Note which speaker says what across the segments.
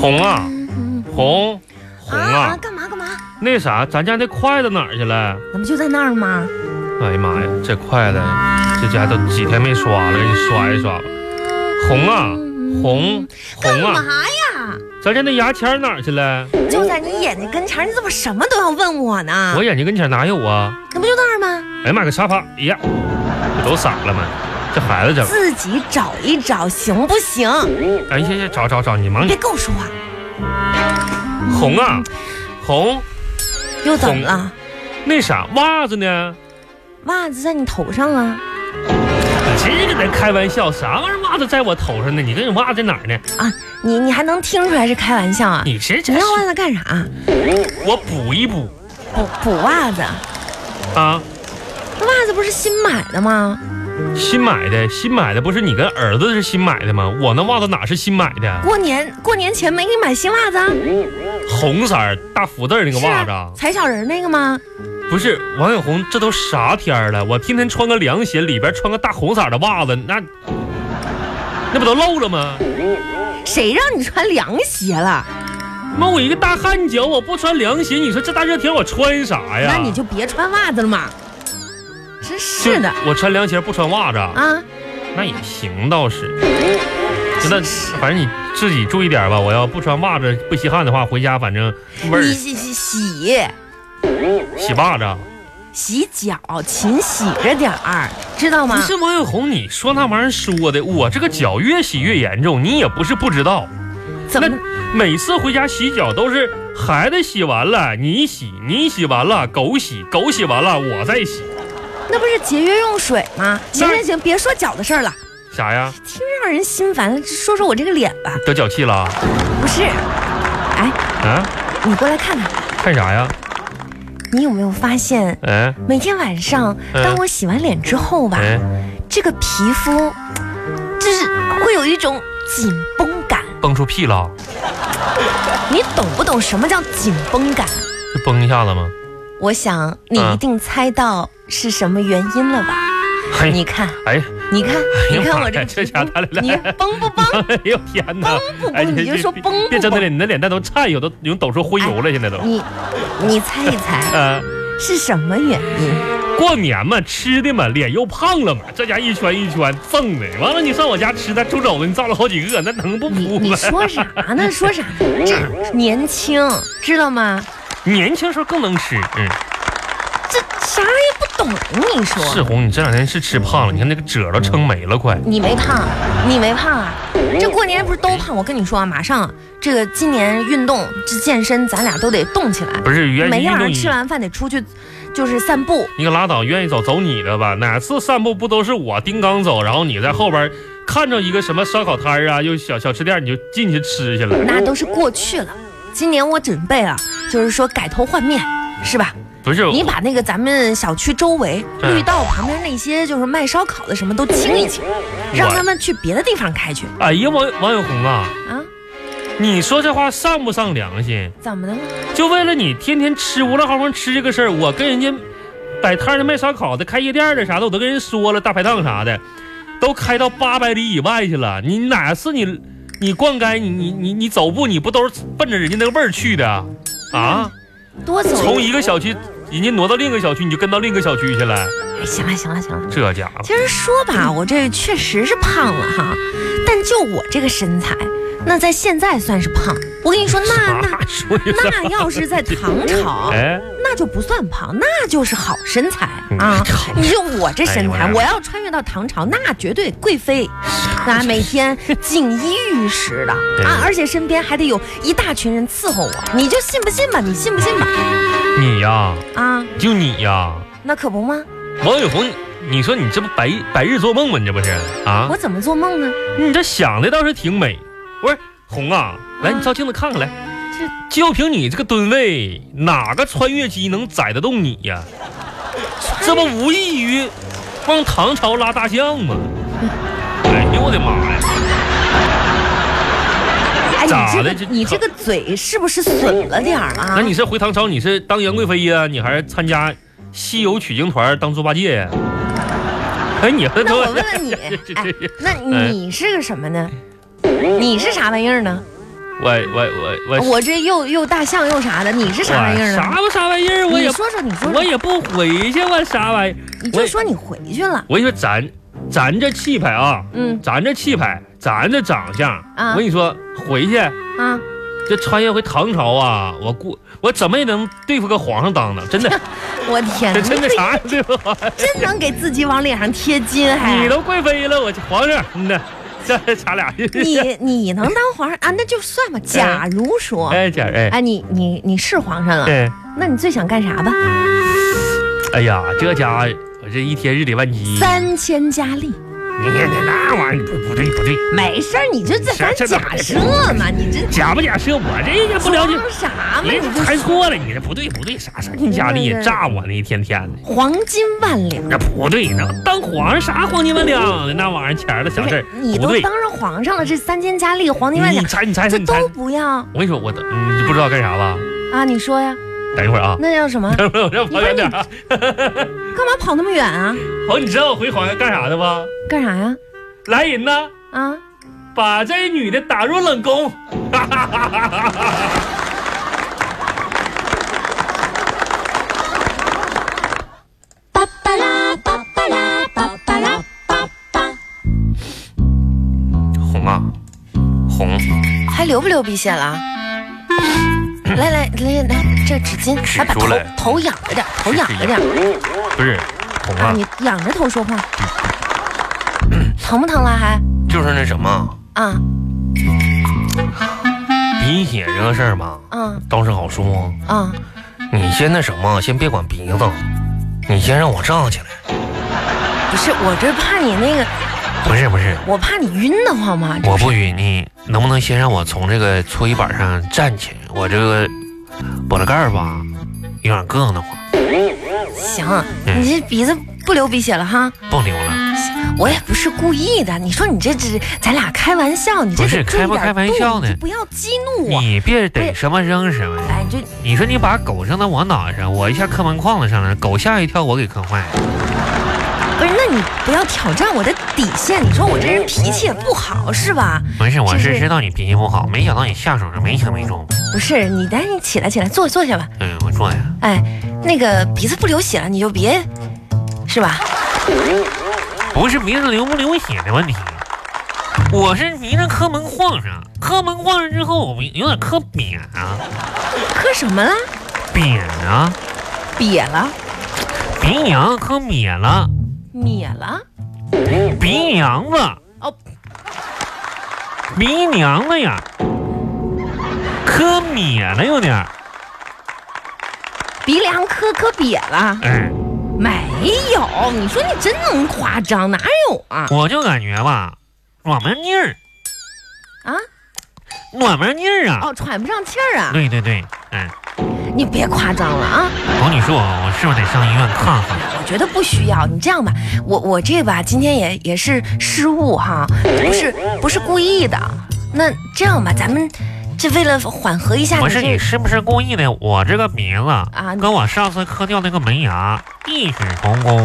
Speaker 1: 红啊，红，红啊，
Speaker 2: 干嘛干嘛？
Speaker 1: 那啥，咱家那筷子哪儿去了？
Speaker 2: 那不就在那儿吗？
Speaker 1: 哎呀妈呀，这筷子，这家都几天没刷了，给你刷一刷吧。红啊，红，
Speaker 2: 干
Speaker 1: 红
Speaker 2: 嘛
Speaker 1: 啊，
Speaker 2: 呀？
Speaker 1: 咱家那牙签哪儿去了？
Speaker 2: 就在你眼睛跟前儿，你怎么什么都要问我呢
Speaker 1: 我？眼睛跟前哪有啊？
Speaker 2: 那不就那儿吗？
Speaker 1: 哎呀妈，搁沙发，哎呀，都傻了吗？这孩子整，
Speaker 2: 自己找一找行不行？
Speaker 1: 哎呀呀，找找找，你忙
Speaker 2: 别跟我说话，
Speaker 1: 红啊，红，
Speaker 2: 又怎么了？
Speaker 1: 那啥袜子呢？
Speaker 2: 袜子在你头上啊
Speaker 1: 你这搁那开玩笑，啥玩意儿袜子在我头上呢？你跟你袜子在哪儿呢？
Speaker 2: 啊！你你还能听出来是开玩笑啊？
Speaker 1: 你是
Speaker 2: 你
Speaker 1: 真是
Speaker 2: 要袜子干啥？
Speaker 1: 我补一补
Speaker 2: 补补袜子？
Speaker 1: 啊！
Speaker 2: 那袜子不是新买的吗？
Speaker 1: 新买的，新买的不是你跟儿子是新买的吗？我那袜子哪是新买的？
Speaker 2: 过年过年前没给你买新袜子啊？
Speaker 1: 红色儿大福字儿那个
Speaker 2: 是
Speaker 1: 袜
Speaker 2: 啊
Speaker 1: 子啊，
Speaker 2: 踩小人儿那个吗？
Speaker 1: 不是王小红，这都啥天儿了？我天天穿个凉鞋，里边穿个大红色儿的袜子，那那不都漏了吗？
Speaker 2: 谁让你穿凉鞋了？
Speaker 1: 妈，我一个大汗脚，我不穿凉鞋，你说这大热天我穿啥呀？
Speaker 2: 那你就别穿袜子了嘛。真是的，
Speaker 1: 我穿凉鞋不穿袜子，
Speaker 2: 啊，
Speaker 1: 那也行倒是。真的，反正你自己注意点吧。我要不穿袜子不吸汗的话，回家反正味儿
Speaker 2: 你洗洗洗
Speaker 1: 洗袜子。啊
Speaker 2: 洗脚，勤洗着点儿，知道
Speaker 1: 不
Speaker 2: 吗？
Speaker 1: 是王小红，你说那玩意儿说的，我这个脚越洗越严重，你也不是不知道。
Speaker 2: 怎么？
Speaker 1: 每次回家洗脚都是孩子洗完了，你洗，你洗完了，狗洗，狗洗完了，我再洗。
Speaker 2: 那不是节约用水吗？行
Speaker 1: 那
Speaker 2: 行行，别说脚的事儿了，
Speaker 1: 啥呀？
Speaker 2: 听着让人心烦了。说说我这个脸吧，
Speaker 1: 得脚气了啊？
Speaker 2: 不是？哎，
Speaker 1: 啊？
Speaker 2: 你过来看看，
Speaker 1: 看啥呀？
Speaker 2: 你有没有发现，
Speaker 1: 哎
Speaker 2: 每天晚上
Speaker 1: 嗯
Speaker 2: 当我洗完脸之后吧，
Speaker 1: 哎，
Speaker 2: 这个皮肤就是会有一种紧绷感。
Speaker 1: 崩出屁了？
Speaker 2: 你懂不懂什么叫紧绷感？
Speaker 1: 就崩一下子吗？
Speaker 2: 我想你
Speaker 1: 嗯
Speaker 2: 一定猜到是什么原因了吧？
Speaker 1: 哎
Speaker 2: 你看，
Speaker 1: 哎，
Speaker 2: 你看，
Speaker 1: 哎呀
Speaker 2: 你看
Speaker 1: 妈呀
Speaker 2: 我这
Speaker 1: 这家伙来来
Speaker 2: 你崩不崩？
Speaker 1: 哎呦天哪！
Speaker 2: 崩不
Speaker 1: 哎，
Speaker 2: 崩？你就说崩
Speaker 1: 别真
Speaker 2: 不
Speaker 1: 的
Speaker 2: 崩？
Speaker 1: 脸，你的脸蛋都颤悠，都已经抖出灰油了，现在都。
Speaker 2: 你你猜一猜
Speaker 1: 嗯，
Speaker 2: 是什么原因？
Speaker 1: 过年嘛，吃的嘛，脸又胖了嘛，这家一圈一圈赠的，完了你上我家吃那猪肘子，你造了好几个，那能不
Speaker 2: 你
Speaker 1: 扑
Speaker 2: 你
Speaker 1: 吗？
Speaker 2: 说啥 呢？说啥？这年轻知道吗？
Speaker 1: 年轻时候更能吃，嗯，
Speaker 2: 这啥也不懂，你
Speaker 1: 是
Speaker 2: 说
Speaker 1: 红，你这两天是吃胖了，你看那个褶都撑没了，快。
Speaker 2: 你没胖，你没胖啊？这过年不是都胖？我跟你说啊，马上这个今年运动这健身，咱俩都得动起来。
Speaker 1: 不是愿
Speaker 2: 每
Speaker 1: 意
Speaker 2: 天
Speaker 1: 运
Speaker 2: 晚
Speaker 1: 动
Speaker 2: 上
Speaker 1: 你，
Speaker 2: 吃完饭得出去，就是散步。
Speaker 1: 你可拉倒，愿意走走你的吧。哪次散步不都是我丁刚走，然后你在后边看着一个什么烧烤摊儿啊，又小小吃店，你就进去吃去了。
Speaker 2: 那都是过去了。今年我准备啊，就是说改头换面，是吧？
Speaker 1: 不是
Speaker 2: 你把那个咱们小区周围
Speaker 1: 嗯
Speaker 2: 绿道旁边那些就是卖烧烤的什么都清一清，
Speaker 1: 嗯
Speaker 2: 让他们去别的地方开去
Speaker 1: 哎呀，王王永红啊，
Speaker 2: 啊？
Speaker 1: 你说这话上不上良心？
Speaker 2: 怎么的了？
Speaker 1: 就为了你天天吃无赖号房吃这个事儿，我跟人家摆摊儿的、卖烧烤的、开夜店的啥的，我都跟人说了，大排档啥的，都开到八百里以外去了。你哪次你你逛街，你你你你走步，你不都是奔着人家那个味儿去的啊？
Speaker 2: 多走
Speaker 1: 从一个小区人家挪到另一个小区，你就跟到另一个小区去了，
Speaker 2: 哎行了行了行了。
Speaker 1: 这家伙
Speaker 2: 其实说吧，我这确实是胖了哈，但就我这个身材，那在现在算是胖。我跟你说，那那
Speaker 1: 啥时候有点
Speaker 2: 那要是在唐朝，
Speaker 1: 哎，
Speaker 2: 那就不算胖，那就是好身材
Speaker 1: 嗯
Speaker 2: 啊
Speaker 1: 好！
Speaker 2: 你就我这身
Speaker 1: 哎呀
Speaker 2: 材，我要穿越到唐朝，那绝对贵妃，啊，
Speaker 1: 哎
Speaker 2: 每天锦衣玉食的啊，而且身边还得有一大群人伺候我，你就信不信吧？你信不信吧？
Speaker 1: 你呀、
Speaker 2: 啊，
Speaker 1: 就你呀、
Speaker 2: 那可不吗？
Speaker 1: 王永红，你说你这不白白日做梦吗？你这不是啊？
Speaker 2: 我怎么做梦呢？
Speaker 1: 你这想的倒是挺美。不是红啊，来
Speaker 2: 啊
Speaker 1: 你照镜子看看来。就凭你这个吨位，哪个穿越机能载得动你呀、这不无异于往唐朝拉大象吗？哎呦我的妈呀！
Speaker 2: 哎，
Speaker 1: 咋
Speaker 2: 你这
Speaker 1: 的
Speaker 2: 个
Speaker 1: 这
Speaker 2: 你这个嘴是不是损了点儿
Speaker 1: 那
Speaker 2: 啊？
Speaker 1: 你是回唐朝，你是当杨贵妃呀、你还是参加西游取经团当猪八戒呀、哎，你这
Speaker 2: 那
Speaker 1: 都哎
Speaker 2: 我 哎问问你，哎，那你是个什么呢？你是啥玩意儿呢？
Speaker 1: 我我我我
Speaker 2: 我这又又大象又啥的，你是啥玩意儿
Speaker 1: 哎啥
Speaker 2: 呢？
Speaker 1: 不啥玩意儿，我
Speaker 2: 你
Speaker 1: 也
Speaker 2: 说说，你说
Speaker 1: 我
Speaker 2: 说，
Speaker 1: 也不回去，我啥玩意儿？
Speaker 2: 你就说你回去了。
Speaker 1: 我跟你说，咱咱这气派啊，
Speaker 2: 嗯
Speaker 1: 咱这气派，咱这长相，
Speaker 2: 啊
Speaker 1: 我跟你说，回去
Speaker 2: 啊，
Speaker 1: 这穿越回唐朝啊，我估我怎么也能对付个皇上当当，真的，
Speaker 2: 我天
Speaker 1: 这
Speaker 2: 哪，
Speaker 1: 真的
Speaker 2: 你
Speaker 1: 啥对付皇上？
Speaker 2: 真能给自己往脸上贴金，还
Speaker 1: 你都贵妃了，我这皇上，嗯呐，这咱俩，
Speaker 2: 你你能当皇上啊？那就算吧。假如说，
Speaker 1: 哎姐儿哎
Speaker 2: 哎，你你你是皇上了，
Speaker 1: 哎，
Speaker 2: 那你最想干啥吧？
Speaker 1: 哎呀，这家伙我这一天日理万机，你
Speaker 2: 三千佳丽，
Speaker 1: 看那玩意儿不不对不对，
Speaker 2: 没事儿，你就这咱
Speaker 1: 这这
Speaker 2: 假设嘛，你这
Speaker 1: 假不假设我这也不了解哎
Speaker 2: 装。啥嘛？
Speaker 1: 你
Speaker 2: 你
Speaker 1: 这
Speaker 2: 就
Speaker 1: 猜错了，你这不对不对，啥啥你家里也炸我呢，一天天的，
Speaker 2: 黄金万两。
Speaker 1: 那不对，那当皇上啥黄金万两的啊那玩意儿钱儿的小
Speaker 2: 不
Speaker 1: 事
Speaker 2: 是
Speaker 1: 儿，
Speaker 2: 你
Speaker 1: 不
Speaker 2: 都
Speaker 1: 对。
Speaker 2: 当上皇上了，这三千佳丽、黄金万
Speaker 1: 你
Speaker 2: 两，
Speaker 1: 猜你猜
Speaker 2: 这
Speaker 1: 你猜
Speaker 2: 都，不要
Speaker 1: 我跟你说，我等你不知道干啥吧？
Speaker 2: 啊？你说呀，
Speaker 1: 等一会儿啊，
Speaker 2: 那叫什么？
Speaker 1: 等会儿我让跑远点儿啊。
Speaker 2: 干嘛跑那么远啊？
Speaker 1: 好，你知道我回皇上干啥的吗？
Speaker 2: 干啥呀？
Speaker 1: 来人呐，
Speaker 2: 啊，
Speaker 1: 把这女的打入冷宫。
Speaker 3: 巴巴拉巴巴拉巴巴拉巴巴。
Speaker 1: 红啊，红，
Speaker 2: 还流不流鼻血了？啊来来来来，这纸巾，
Speaker 1: 使
Speaker 2: 来
Speaker 1: 嗯
Speaker 2: 把
Speaker 1: 出
Speaker 2: 头
Speaker 1: 来
Speaker 2: 头仰着点，头仰着点
Speaker 1: 不是红
Speaker 2: 啊！
Speaker 1: 啊，
Speaker 2: 你仰着头说话，
Speaker 1: 嗯
Speaker 2: 疼不疼了还？
Speaker 1: 就是那什么
Speaker 2: 啊
Speaker 1: 鼻血这个事儿吧，
Speaker 2: 啊
Speaker 1: 倒是好说。
Speaker 2: 啊！
Speaker 1: 你先那什么，先别管鼻子，你先让我胀起来。
Speaker 2: 不是，我这怕你那个，
Speaker 1: 不是不是，
Speaker 2: 我怕你晕得慌嘛。
Speaker 1: 我不晕，你能不能先让我从这个搓衣板上站起？我这个脖子盖儿吧，有点硌得慌，
Speaker 2: 行，
Speaker 1: 嗯
Speaker 2: 你这鼻子不流鼻血了哈？
Speaker 1: 不流
Speaker 2: 嗯
Speaker 1: 了。
Speaker 2: 我也不是故意的，你说你这只咱俩开玩笑，你这
Speaker 1: 不是
Speaker 2: 得注意
Speaker 1: 开不
Speaker 2: 点
Speaker 1: 开玩
Speaker 2: 度
Speaker 1: 笑呢
Speaker 2: 你就不要激怒我。
Speaker 1: 你别逮什么扔什么。
Speaker 2: 哎，这
Speaker 1: 你说你把狗扔到我脑袋上，我一下磕门框子上了，狗吓一跳，我给磕坏了。
Speaker 2: 不是，那你不要挑战我的底线。你说我这人脾气也不好是吧？
Speaker 1: 没事，我
Speaker 2: 这
Speaker 1: 是
Speaker 2: 是
Speaker 1: 知道你脾气不好，没想到你下手是没轻没重。
Speaker 2: 不是，你赶紧起来起来，坐坐下吧。
Speaker 1: 嗯，我坐下。
Speaker 2: 哎，那个鼻子不流血了，你就别，是吧？
Speaker 1: 不是鼻子流不流血的问题，我是鼻子磕门框上，磕门框上之后，我有点磕瘪啊，
Speaker 2: 磕什么了？
Speaker 1: 瘪啊，
Speaker 2: 瘪了，
Speaker 1: 鼻梁磕瘪了，
Speaker 2: 瘪了。
Speaker 1: 鼻梁子
Speaker 2: 哦，
Speaker 1: 鼻梁子呀，磕瘪了有点儿，
Speaker 2: 鼻梁磕磕瘪了？
Speaker 1: 哎，
Speaker 2: 没有，你说你真能夸张，哪有啊？
Speaker 1: 我就感觉吧，软门腻儿，
Speaker 2: 啊？
Speaker 1: 软门腻儿啊，
Speaker 2: 哦，喘不上气儿啊！
Speaker 1: 对对对，嗯，
Speaker 2: 你别夸张了啊！
Speaker 1: 我跟你说，我是不是得上医院看看？
Speaker 2: 我觉得不需要。你这样吧，我我这吧，今天也也是失误哈，不是不是故意的。那这样吧，咱们这为了缓和一下
Speaker 1: 不
Speaker 2: 你
Speaker 1: 是你
Speaker 2: 这
Speaker 1: 是不是故意的？我这个鼻子啊
Speaker 2: 你
Speaker 1: 跟我上次磕掉那个门牙异曲同工，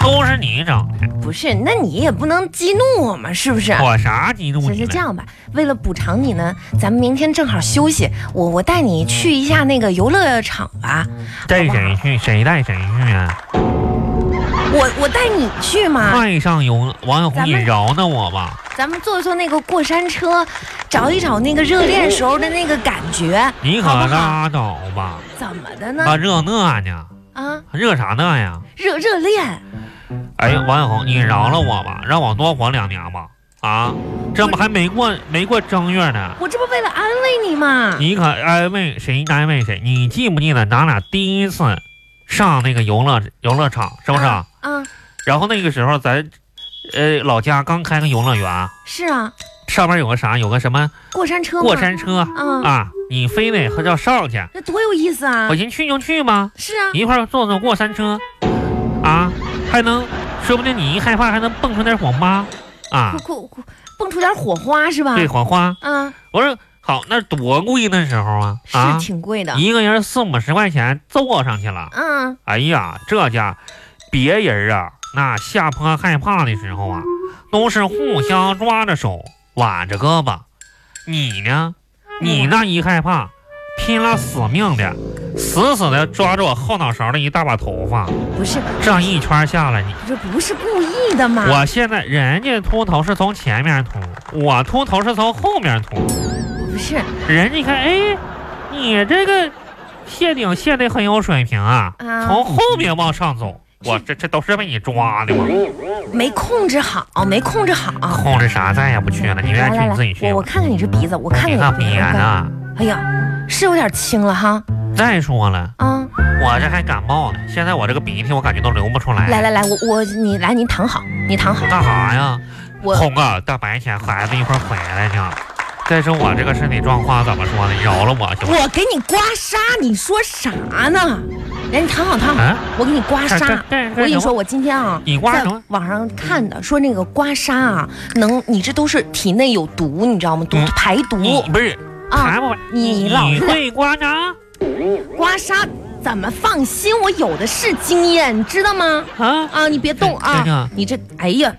Speaker 1: 都是你整的。
Speaker 2: 不是，那你也不能激怒我们，是不是？
Speaker 1: 我啥哦激怒
Speaker 2: 行，
Speaker 1: 你
Speaker 2: 是这
Speaker 1: 了？
Speaker 2: 样吧，为了补偿你呢，咱们明天正好休息，我我带你去一下那个游乐场吧。
Speaker 1: 带谁去？谁带谁去啊？
Speaker 2: 我我带你去嘛，
Speaker 1: 快上游！王小红，
Speaker 2: 啊咱
Speaker 1: 你
Speaker 2: 们
Speaker 1: 饶了我吧！
Speaker 2: 咱们坐一坐那个过山车，找一找那个热恋时候的那个感觉，
Speaker 1: 你可
Speaker 2: 好不好？
Speaker 1: 拉倒吧！
Speaker 2: 怎么的
Speaker 1: 啊，
Speaker 2: 呢？
Speaker 1: 热那呢？
Speaker 2: 啊，
Speaker 1: 热啥那呀？
Speaker 2: 热热恋。
Speaker 1: 哎呀，王小红，你饶了我吧，让我多活两年吧！啊，这不还没过没过正月呢？
Speaker 2: 我这不为了安慰你嘛？
Speaker 1: 你可安慰谁安慰谁？你记不记得咱俩第一次上那个游乐游乐场是不是？
Speaker 2: 啊啊，
Speaker 1: 然后那个时候咱呃老家刚开个游乐园，
Speaker 2: 是啊，
Speaker 1: 上面有个啥有个什么
Speaker 2: 过山车嘛。
Speaker 1: 过山车
Speaker 2: 啊，
Speaker 1: 啊，你非得和叫少去，
Speaker 2: 那多有意思啊
Speaker 1: 我！寻去就去吧，
Speaker 2: 是啊，
Speaker 1: 一块儿坐坐过山车啊，还能说不定你一害怕还能蹦出点火花啊
Speaker 2: 酷，酷酷，蹦出点火花是吧？
Speaker 1: 对火花。
Speaker 2: 啊，
Speaker 1: 我说好，那多贵那时候啊啊
Speaker 2: 是，挺贵的。
Speaker 1: 一个人四五十块钱坐上去了。
Speaker 2: 嗯，
Speaker 1: 哎呀，这家别人啊，那下坡害怕的时候啊，都是互相抓着手，挽着胳膊。你呢，你那一害怕，拼了死命的，死死的抓着我后脑勺的一大把头发，
Speaker 2: 不是，
Speaker 1: 这样一圈下来，你
Speaker 2: 这不是故意的嘛？
Speaker 1: 我现在人家秃头是从前面秃，我秃头是从后面秃，
Speaker 2: 不是，
Speaker 1: 人家一看，哎，你这个谢顶谢的很有水平啊，
Speaker 2: 啊
Speaker 1: 从后面往上走，我这这都是被你抓的吗？
Speaker 2: 没控制好，没控制好。
Speaker 1: 控制啥再也不去了，你愿
Speaker 2: 来
Speaker 1: 意去
Speaker 2: 来
Speaker 1: 你自己
Speaker 2: 来，
Speaker 1: 去
Speaker 2: 我我
Speaker 1: 吧。嗯
Speaker 2: 看看你这鼻子，我看看
Speaker 1: 你看别
Speaker 2: 我看看
Speaker 1: 的，
Speaker 2: 哎呀，是有点青了哈。
Speaker 1: 再说了，
Speaker 2: 啊，
Speaker 1: 我这还感冒呢，现在我这个鼻涕我感觉都流不出来。啊
Speaker 2: 来来来，我我你来，你躺好，你躺好。
Speaker 1: 干啥呀？
Speaker 2: 我
Speaker 1: 红啊，大白天孩子一会儿回来呢。再说我这个身体状况怎么说呢？饶了我行吗？
Speaker 2: 我给你刮痧，你说啥呢？来，你躺好躺好
Speaker 1: 啊，
Speaker 2: 我给你刮
Speaker 1: 干
Speaker 2: 痧。
Speaker 1: 干
Speaker 2: 我跟你说，，我今天啊，
Speaker 1: 你刮什
Speaker 2: 在
Speaker 1: 么
Speaker 2: 网上看的，说那个刮痧啊，能你这都是体内有毒，你知道吗？毒
Speaker 1: 嗯
Speaker 2: 排
Speaker 1: 你
Speaker 2: 毒
Speaker 1: 不是
Speaker 2: 啊
Speaker 1: 啥，不
Speaker 2: 你老
Speaker 1: 你会啊刮痧
Speaker 2: 刮痧怎么放心？我有的是经验，你知道吗？
Speaker 1: 啊？
Speaker 2: 啊，你别动
Speaker 1: 这这
Speaker 2: 啊
Speaker 1: 个！
Speaker 2: 你这，哎呀，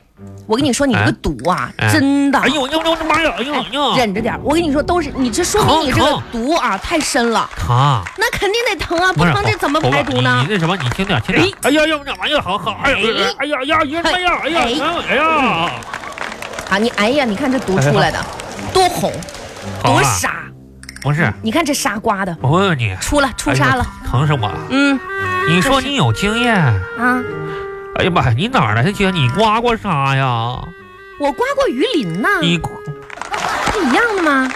Speaker 2: 我跟你说，你这个毒啊，
Speaker 1: 哎
Speaker 2: 真的
Speaker 1: 哎，呦哎呦我的妈呀！哎呦哎呦，
Speaker 2: 忍着点儿。我跟你说，都是你这说明
Speaker 1: 疼
Speaker 2: 你这个
Speaker 1: 疼
Speaker 2: 毒啊太深了，
Speaker 1: 疼！
Speaker 2: 那肯定得疼啊，不
Speaker 1: 不是
Speaker 2: 疼这怎么
Speaker 1: 猴
Speaker 2: 排
Speaker 1: 哥
Speaker 2: 毒
Speaker 1: 你
Speaker 2: 呢
Speaker 1: 你？那什么，你轻点，轻点。哎呀呀，哎呀，好好，哎呀，哎呀呀，呀哎呀，哎呀，哎呀，
Speaker 2: 嗯啊，你哎呀，你看这毒出来的，多红，
Speaker 1: 好
Speaker 2: 多
Speaker 1: 啊
Speaker 2: 傻！
Speaker 1: 不是，
Speaker 2: 你看这傻刮的，
Speaker 1: 我问问你，
Speaker 2: 出了出痧
Speaker 1: 哎
Speaker 2: 了，
Speaker 1: 呀，疼死我了！
Speaker 2: 嗯
Speaker 1: 你说你有经验。
Speaker 2: 啊，
Speaker 1: 哎呀妈呀！你哪来的姐？你
Speaker 2: 嗯
Speaker 1: 刮过痧呀？
Speaker 2: 我刮过鱼鳞呢，
Speaker 1: 你刮
Speaker 2: 不一样的吗？